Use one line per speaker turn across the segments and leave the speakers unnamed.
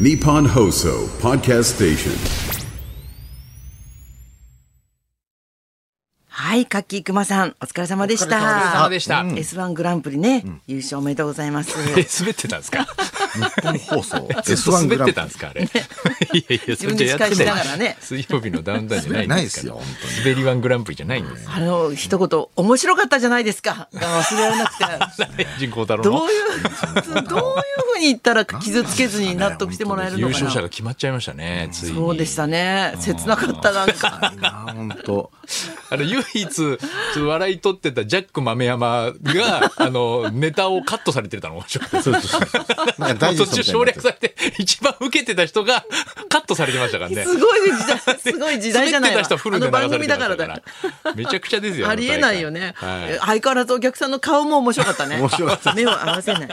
Nippon Hoso Podcast Station.
はい、カッキークマさん、お疲れ様でし
お疲れ様
た。
でした
うん S1 グランプリね、優勝おめでとうございます。
え滑ってたんですか。
放送
ずっと
S1
滑
グラ
って
ンプ
たんですかあれ。いやいやそ
分
れ
で
じ
司
ゃやっ
会
て
し
ない
ながらね
水曜日のダウンタウンじゃないんですから
ないですよ本当
滑りワングランプリじゃないんです。
あの、一言、面白かったじゃないですか。が忘れられなくて。
人工太郎
ど
の
ういう、どういうふうに言ったら傷つけずに納得してもらえる
優
のか
勝
な。
者が決まっちゃいましたね。ついに。
そうでしたね。切なかった、なんか。
にな本当
あの唯一ちょっと笑い取ってたジャック豆山 があのネタをカットされてたの面白かった。
なん
も
か大
う
事
途中省略されて一番受けてた人がカットされてましたから ね。
すごい時代、すごい時代じゃない
滑
わ
ってた人フ
あ
ルで
の
流さ
番
れ
組
て
だ
ま
か
し
ら
たか
だ
ら。めちゃくち ゃですよ。
ありえないよね。
あの大会はい
え相変わらずお客さんの顔も面白かったね。
面白かっ
目を合わ せない。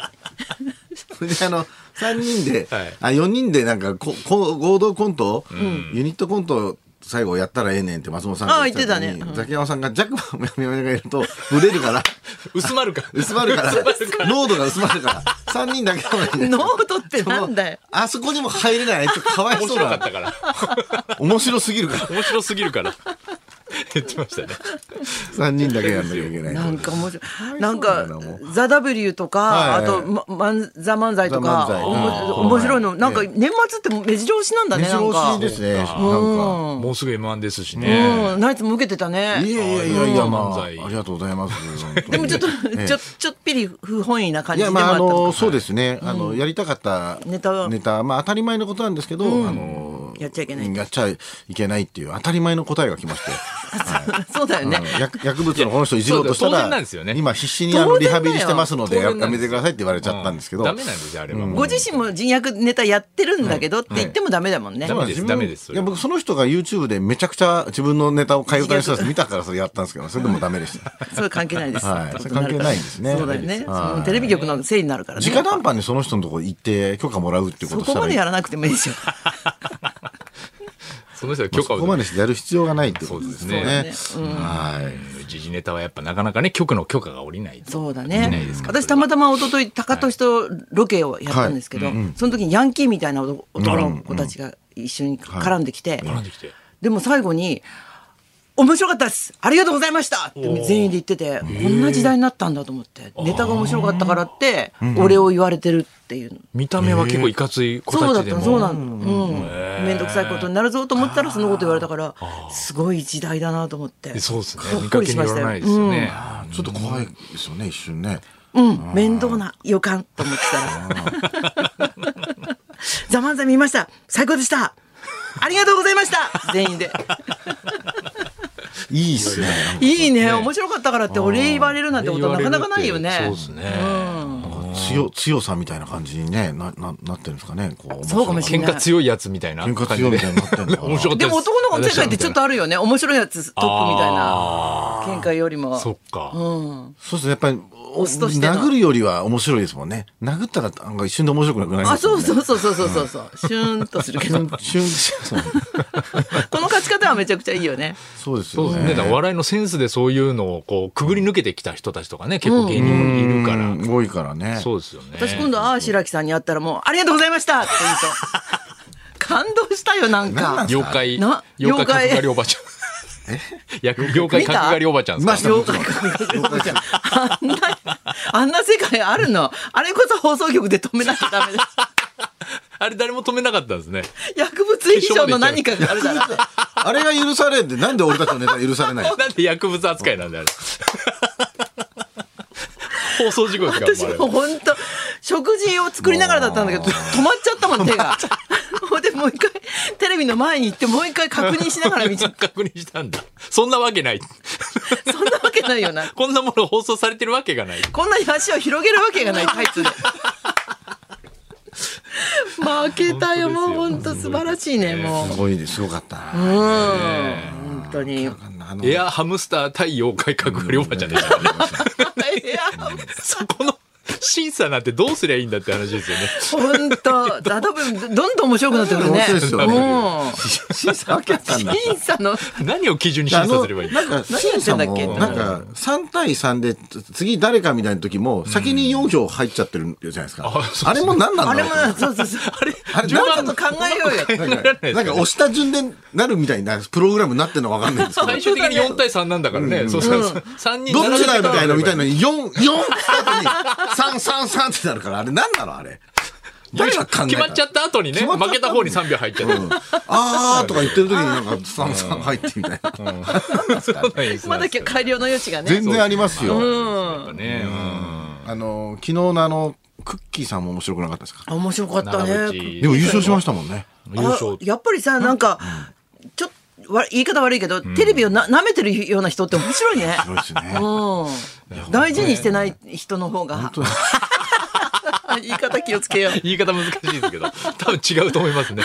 それであの3人で、
はい
あ4人でなんかここ合同コント、ユニットコント最後やったらええねんって松本さんが時
あ言って
に
たねうん
ザキヤマさんがジャッ クマンがいるとブレるから
薄まるか。
薄まるから濃度が薄まるから3人だけなのに
ノートってなんだよ。
あそこにも入れないあいつかわい
面
そう
白 か
だ
ったから。
面白すぎるから
面白すぎるから。言ってましたね。
3人だけやんなきゃいけない
なんか面白い。なん
だ
か
よなも、
ザ・ W とか、
は
あ
い
と、ま、まんザ・漫才とか
ザ漫才、
おも
うん
面白いの。
はい
なんか、年末って目白押しなんだね、
目
な
白
ん
押
か
し。ですねなんか
もうすぐ M1 ですし
う
ね。
ん、ナイツも受けてた
い
ね。
やいやいやいや、
漫
まあ、あ
才
りがとうございます。
でもちょっと、
ええ
ちょ、ちょっぴり不本意な感
い
じで
や、
もあっ
まあ、
た
あ
のか
の、そうですね。あの、やりたかった
ネタは
ネタ、まあ、当たり前のことなんですけど、あの、
やっちゃいけない
やっちゃいけないっていう、当たり前の答えが来まして。
そうだよね。
うん薬薬物のこの人いじろうとした
いやそうだよ当然
ら
なんですよね、
今必死にあ
当然
のリ
だよ
ハビリしてますので、や
当然な
や
んで
め
す
てくださいって言われちゃったんですけど。
ダメなんですよ、あれは。
ご自身も人役ネタやってるんだけどって言ってもダメだもんね。
ダメです
自分
ダメですそ
い
れは
や、僕、その人が YouTube でめちゃくちゃ自分のネタを替え歌にしたやつ見たからそれやったんですけど、それでもダメでした。
それ関係ないです。
は
ちょ
い
っと
それ関係ないんですね
そうだよね。そ
はい
のテレビ局のせいになるからね。
直談判にその人のところ行って許可もらうっていう
そ
ことした
こ
ら
ま
い
で
い
やらなくてもいいでしょ。
その人は
まあ
許可
そ
を
こまでしてやる必要がないってことですよね。
そう
はい。
時事ネタはやっぱなかなかね、局の許可が下りない。
そうだ
できないで
ね
す。から
私たまたま一昨日高俊とロケをやったんですけど、その時にヤンキーみたいな男男の子たちが一緒に絡んできて、
絡んできて。
でも最後に「面白かったですありがとうございました!」って全員で言っててこんな時代になったんだと思ってネタが面白かったからってお礼を言われてるっていう
見た目は結構いかつい子
そうだ
た
っ
ちで
た
も。
のそうなのうん面倒くさいことになるぞと思ったらそのこと言われたからすごい時代だなと思って
そうですね。
ほっ
見
こ
か
り
け
し
に
ま
よ
した
ら
よ
ないですよね。
あーちょっと怖いですよね、一瞬ね。
うん、面倒な予感と思ってたら。 ザ・マンザ見ました最高でしたありがとうございました全員で。
いいっすね。
いいね、面白かったからってお礼言われるなんてことはなかなかないよね。
そうですね。
なんか強強さみたいな感じにね、なななってるんですかね。こう
そうかもしれ
喧
ない
嘩強いやつみたいな
喧
感
嘩
じ
強い
で。
みたいになってんのかな
面白かった
でも男の子の世界ってちょっと
あ
あるよね。面白いやつトップみたいな
あ。ー
喧嘩よりも。
そっか。
そうですね、やっぱり、
オスとしての
殴るよりは面白いですもんね。殴ったらなんか一瞬で面白くなくなりま
あ、
すも
そ
ん
う
ね。
そうそうそうそうそうそう。シューンとするけど。こ
瞬 そう
の勝ち方はめちゃくちゃいいよね。
そうです
そう
よ
ですね。
ね。
だからお笑いのセンスでそういうのをこうくぐり抜けてきた人たちとかね、結構芸人もいるから。
うん多いからね。
そうですよね。
私今度、ああ、白木さんに会ったらもう、ありがとうございましたって言うと。感動したよ、なん
なんな
か
ん。
妖怪、
な
妖怪
妖怪
角刈りおばちゃん。 役妖怪
見た
角刈りおばちゃんですか
いました
妖怪あんな、 あんな世界あるの。あれこそ放送局で止めなきゃダメだ。
あれ誰も止めなかったんですね。
薬物以上の何かがあるだろう。
あれが許されんで、なんで俺たちのネタ許されないんですか
なんで薬物扱いなんだよ、あれ。放送事故ですか
私
もうあれ
も本当食事を作りながらだったんだけど止まっちゃったもん手が。ほんでもう一回テレビの前に行ってもう一回確認しながら見ちゃっ
確認したんだ。そんなわけない。
たそんなわけないよな。
こんなもの放送されてるわけがない。
こんなに足を広げるわけ がないタイツで。負けたよもう本当素晴らしいねもう。
すごいです、すごかったな。
うん本当に。いや
あの
エ アハムスター対妖怪角刈りおばちゃんでしたね。そこの、審査なんてどうすりゃいいんだって話ですよ ね。
本当だ多分どんどん面白くなってくるね。
面白いですよね
もう
審査分けたんだ。
審査の
何を基準に審査すればいい
なんか審査も
何やってんだ
な
っ
ん
け
か3対3で次誰かみたいな時も先に4票入っちゃってるじゃないですか、あれも何なんだ
あれ
ろう
もそうそうそう。あれ
あれ
ちょっと考えようよ。
なんかなんか押した順でなるみたいなプログラムになってるの分かんないんですけ ど
最終的に4対3なんだからね。そうそうそう。3人
どっちだよみたいなみたい
な。
な4 4って333ってなるからあれ何なのあれ誰が考えた
決まっちゃった後にね、
決まっ
負
ちゃった
けた方に3票入っちゃ
う
っ
んあーとか言ってる時になんか33入ってみたいな、
た。いいですね
まだ今日改良の余地がね。
全然ありますよ、
やっぱね
あの昨日のあのクッキーさんも面白くなかったですか
あ面白かった
長
ね。
渕
でも優勝しましたもんね
優勝
あ。やっぱりさなんかちょっとわ言い方悪いけど、テレビをな舐めてるような人って面白いね。
そうですね
うん、大事にしてない人の方が。 言い方気をつけよう。
言い方難しいですけど、多分違うと思いますね。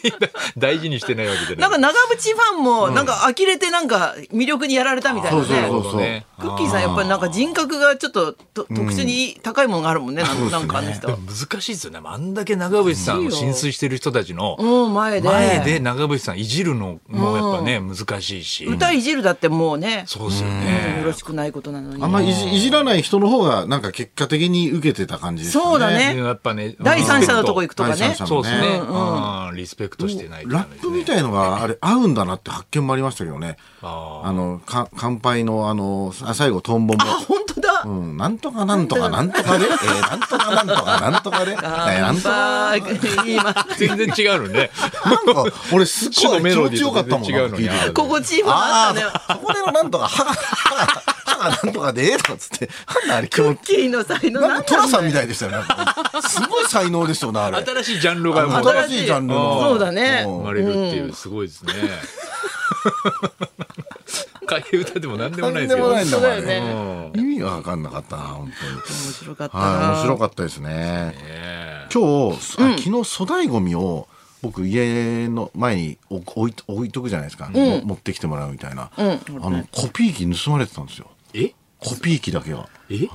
大事にしてないわけじゃな。
ないんか長渕ファンもなんか呆れてなんか魅力にやられたみたいな
そうそう
ね。
そうそう、
ね
クッキーさんやっぱりなんか人格がちょっとと特殊に高いものがあるもんね。なんなんかあの人。
でも難しいですよね。あんだけ長渕さんを浸水してる人たちの
うん前で
前で長渕さんいじるのもやっぱね、難しいし。
歌いじるだってもうね、
そうですよね。
よろしくないことなのに。
あんまいじいじらない人の方がなんか結果的に受けてた感じですね
そうだね
でやっぱね。
第三者のとこ行くとか
第三
ね
者。の
そうですね。
う
うんリスペクトしてないと
ラ
ダメ
ッ
です
プ
ね
みたいのがあれ合うんだなって発見もありましたけどね
あ
あのか乾杯のあのあ最後トンボも
あ、本当だ。
うん、なんとかなんとかなんとかで、えーなんとかなんとかなんとかで、えーなんとか、
あー今、
全然違うのね。
なんか、俺すっ
主
ご
の
い
メ
気
ロ
持
ディ
ちよ
ー
かっ
と
た
全
も
然違う
ん。
のに。
あ
あ
心地いいものあ
あ
ったね。
ー、そこでのなんとか、歯が、歯が、歯がなんとかで、えーとかっつって、なんだあれ気
ク
持
ッ
ち。
キーの才能
なん
な
か
ん
ト
だ
ラ
ろう
さんみたいでしたよね。すごい才能でしたよね、あれ。
の新しいジャンルがもう
新しいジャンルの。
そうだね
うん
生まれるっていう、すごいですね。替え歌でも何でもないですけ
とんでも
ど
ない。んだもんあれ
そうだよ
意味が分かんなかったな本当に
面白かったな。
はい面白かったですね今日、あ昨日粗大ごみを僕家の前に置置い置いとくじゃないですか、も持ってきてもらうみたいな、あのコピー機盗まれてたんですよ
え
コピー機だけが
え
はい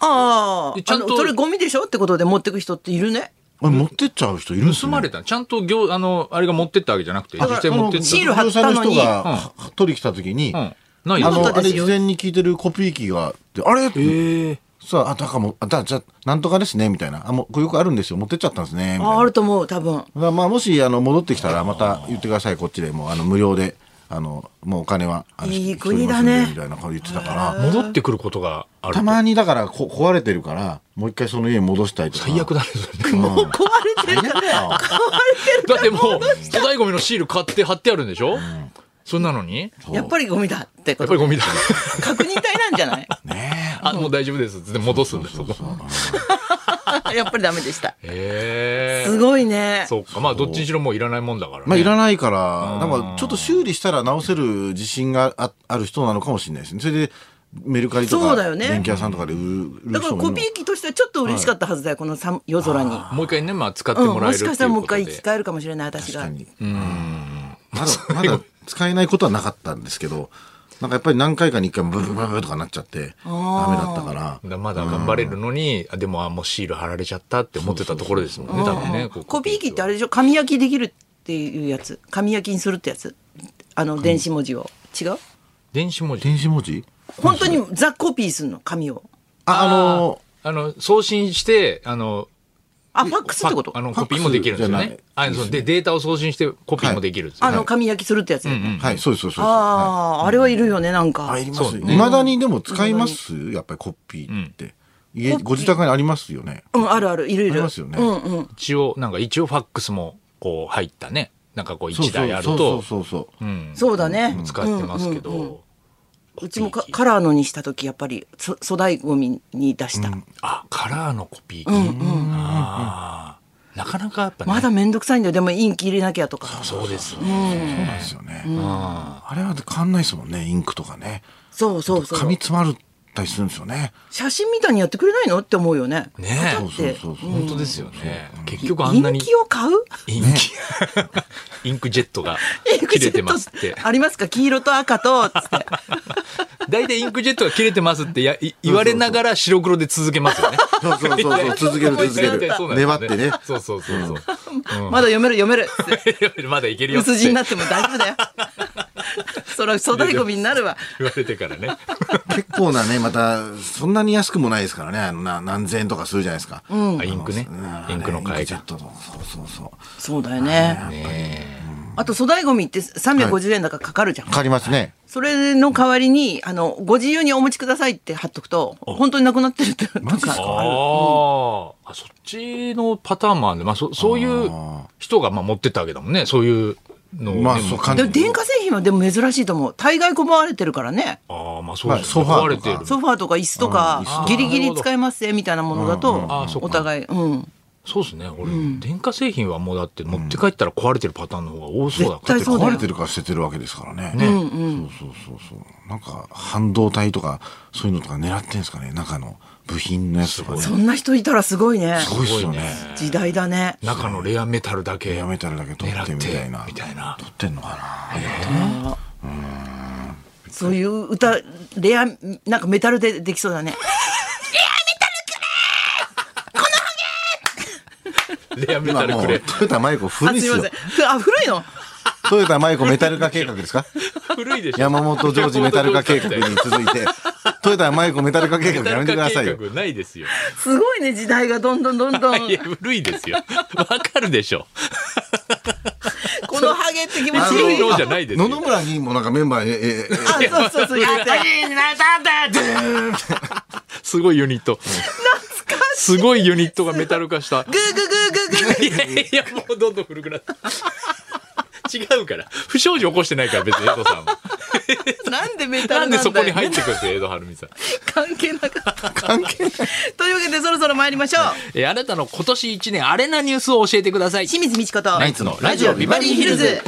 ああ、
ちゃ
あ
んと
の、それゴミでしょってことで持ってく人っているね。
あれ持ってっちゃう人いるんです
盗
ね
まれたのちゃんと行、あの、あれが持ってったわけじゃなくて、実際持ってっ
シー
た
ル貼ったのに
業者の人が取り来た時に、
の。
あ
うん。ないよ
なかっ
の
た
あ
で
れ
す
事
よ
前に聞いてるコピー機があってあれ、
ええ。
さああだからもうあだじゃあなんとかですねみたいなあもうこれよくあるんですよ持ってっちゃったんですねみたいな
ああ、あると思う、多分。
だからまあもしあの戻ってきたらまた言ってくださいこっちでもうあの無料であのもうお金はあの
いい
引き取
国
りま
だ
すんで
ね
みたいなこと言ってたから
戻ってくることがある
た。まにだからこ壊れてるからもう一回その家に戻したいとか
最悪だね、それ。
もう壊れてるから。
だってもう、粗大ゴミのシール買って貼ってあるんでしょそんなのに
やっぱりゴミだって
や
こ
っぱり
と。
ゴミだ。
確認体なんじゃない
ね
あ、もう大丈夫です。で戻すんだよ、そこ。
やっぱりダメでした。
へ
す
え。
ごいね。
そうか。まあ、どっちにしろもういらないもんだからね。
まあいらないからなんかちょっと修理したら直せる自信があある人なのかもしれないですねそれでメルカリと
そう
か
だよね
電気屋さんとかで売る売る
だから
人もい
コ
るの
ピー機としてはちょっと嬉しかったはずだよ、このさ夜空に。
もう一回ね、まあ、使って
うん、
もらえ
も
る
し
っ
て
いう
かし
ことで。
たらもう一回使えるかもしれない、私
確
が
か。にまだまだ使えないことはなかったんですけどなんかやっぱり何回かに一回ブブブブとかなっちゃってダメだったから
だまだ頑張れるのに、あでも、あ、もうシール貼られちゃったって思ってたところですもんね、多分ね。こう
コピー機ってあれでしょ紙焼きできるっていうやつ。紙焼きにするってやつ。あの、電子文字を。違う
電子文字。
電子文字
本当にザ・コピーするの、紙を。
あ、あの
あの、送信して、あの、
あ、ファックスってこと
あの、コピーもできるんですよ
ファッ
ね
クス。
あの、そうで、データを送信してコピーもできるんですよ
あの、紙焼きするってやつ。
はい、そうです、そうです。は
ああ、あれはいるよね、なんか。
い、入ります
そう
いまだにでも使いますやっぱりコピーって。家、ご自宅にありますよね。
うん、あるある、いるい
あり
る。
ますよね
うんうん。
一応、なんか一応ファックスも、こう、入ったね。なんかこう、
そう
一
そう
台ある
そ
と
う、そうそうそう。
そうだね。
使ってますけど。
うちもかカラーのにした時やっぱりそ粗大ゴミに出した、
あ、カラーのコピー機。あーなかなかやっぱね。
まだ面倒くさいんだよでもインキ入れなきゃとか
そうですね。
そうなんですよね。あれは変わんないですもんね、インクとかね。
そうそうそう
紙詰まったりするんですよね。
写真みたいにやってくれないのって思うよね
ねえ
そうそうそうそう。
本当ですよね。結局あ
イ
んな
ン
に
キを買う
インキ、インクジェットが
インク ジ
切
ェッ
れ
ト
てますって。
ありますか黄色と赤とつって
大体インクジェットが切れてますってやい言われながら白黒で続けますよね。
そうそうそうそう、続ける続ける
そう。なんですよ
粘ってね。
そうそうそうそう。
まだ読める読める。
まだいけるよって
薄字になっても大丈夫 だよ。そら粗大ゴミになるわ。
言われてからね。
結構なね、また、そんなに安くもないですからね、あのな何千円とかするじゃないですか。
あインクね
うん。
インクの
イン
会
クジェッ
が。
トのそうそうそう。
そうだよね。あと粗大ゴミって350円だからかかるじゃん。
変わりますね。
それの代わりにあのご自由にお持ちくださいって貼っとくと本当になくなってるってなん
ジっす
か
ああ、
か
そっちのパターンもあるんで、まあそそういう人がまあ持ってったわけだもんね。そういうのをね
まあ、そう、感
で
じ
も。電化製品はでも珍しいと思う大概困われてるからね
ああ、まあそうですね。
まあソファーとか
壊れてる。
ソファーとか椅子とか
うん
ギリギリ使えますみたいなものだ
んあ
と
ーそっか
お互いうん
そうですね。俺、電化製品はもうだって持って帰ったら壊れてるパターンの方が多そうだから。
絶対そうだ
壊
よ
れてるから捨ててるわけですからね。そうそうそうそう。なんか、半導体とか、そういうのとか狙ってんですかね、中の部品のやつとかね。す
そんな人いたらすごいね
ごいっすよね。
時代だね
中のレアメタルだけ
エアメタルだけ取ってみたい
狙っ
な。
てみたいな
取ってんのかな。
そういう歌レアなんかメタルでできそうだね
レアメタ
今
ル
も
く
う、
れ。
トヨタマイコ古
あ
いっ
す
す
いま
よ
せん。ふあ古いの
トヨタマイコメタル化計画ですか
古いでしょ。
山本ジョージメタル化計画に続いて、トヨタマイコメタル化計画やめてくださいよ
メタ。ル化計画ないですよ。
すごいね時代がどんどんどんどん
いや、古いですよ。わかるでしょ。
このハゲって気持
あ
ち
古
い
い
い
のじゃないです
野
よ。
々村議員もなんかメンバーに、ええ、え
あそうそうそう入れて
すごいユニット。すごいユニットがメタル化した。
グーグーグーグーグー
いやいや、もうどんどん古くなった。違うから。不祥事起こしてないから、別に江戸さ んは。
なんでメタ
な
ル
ん
な
で
んだよ
そこに入ってくるんですよ、江戸晴美さん。
関係なかった。
関係ない。
というわけでそろそろ参りましょう。
えーあなたの今年一年、あれなニュースを教えてください。
清水美智子と
ナイツのラジオビバリーヒルズ。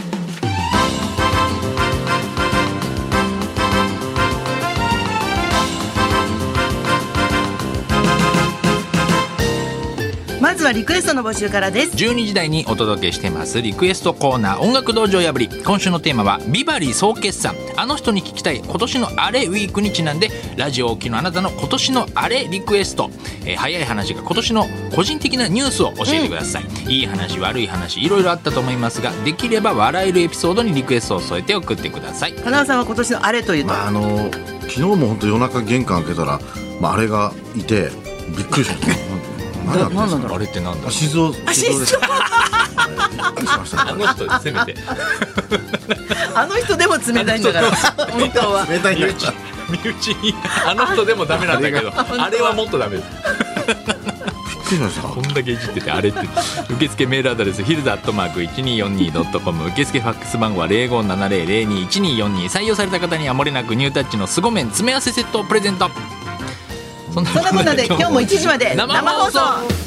まずはリクエストの募集からです。
12時台にお届けしてますリクエストコーナー音楽道場破り今週のテーマはビバリー総決算あの人に聞きたい今年のあれウィークにちなんでラジオをお聞きのあなたの今年のあれリクエスト、えー早い話が今年の個人的なニュースを教えてください、いい話悪い話いろいろあったと思いますができれば笑えるエピソードにリクエストを添えて送ってください
花輪さんは今年のあれというと、
まああの昨日も本当夜中玄関開けたら、まあ、あれがいてびっくりしました。 何だったんですか。
あれってなんだ
あ静雄静雄です。びっく りしましたね。
の人でせめて
あの人でも冷たいんだ から。本当は。
冷たいな。
身内にあの人でもダメなんだけどあれはもっとダメです
びっくりしまし た
こ。んだけいじっててあれって受付メールアドレスヒルズアットマーク 1242.com 受付ファックス番号は0570021242採用された方にはもれなくニュータッチの凄麺詰め合わせセットをプレゼントそんな
そんなこんなで今日も1時まで生放送。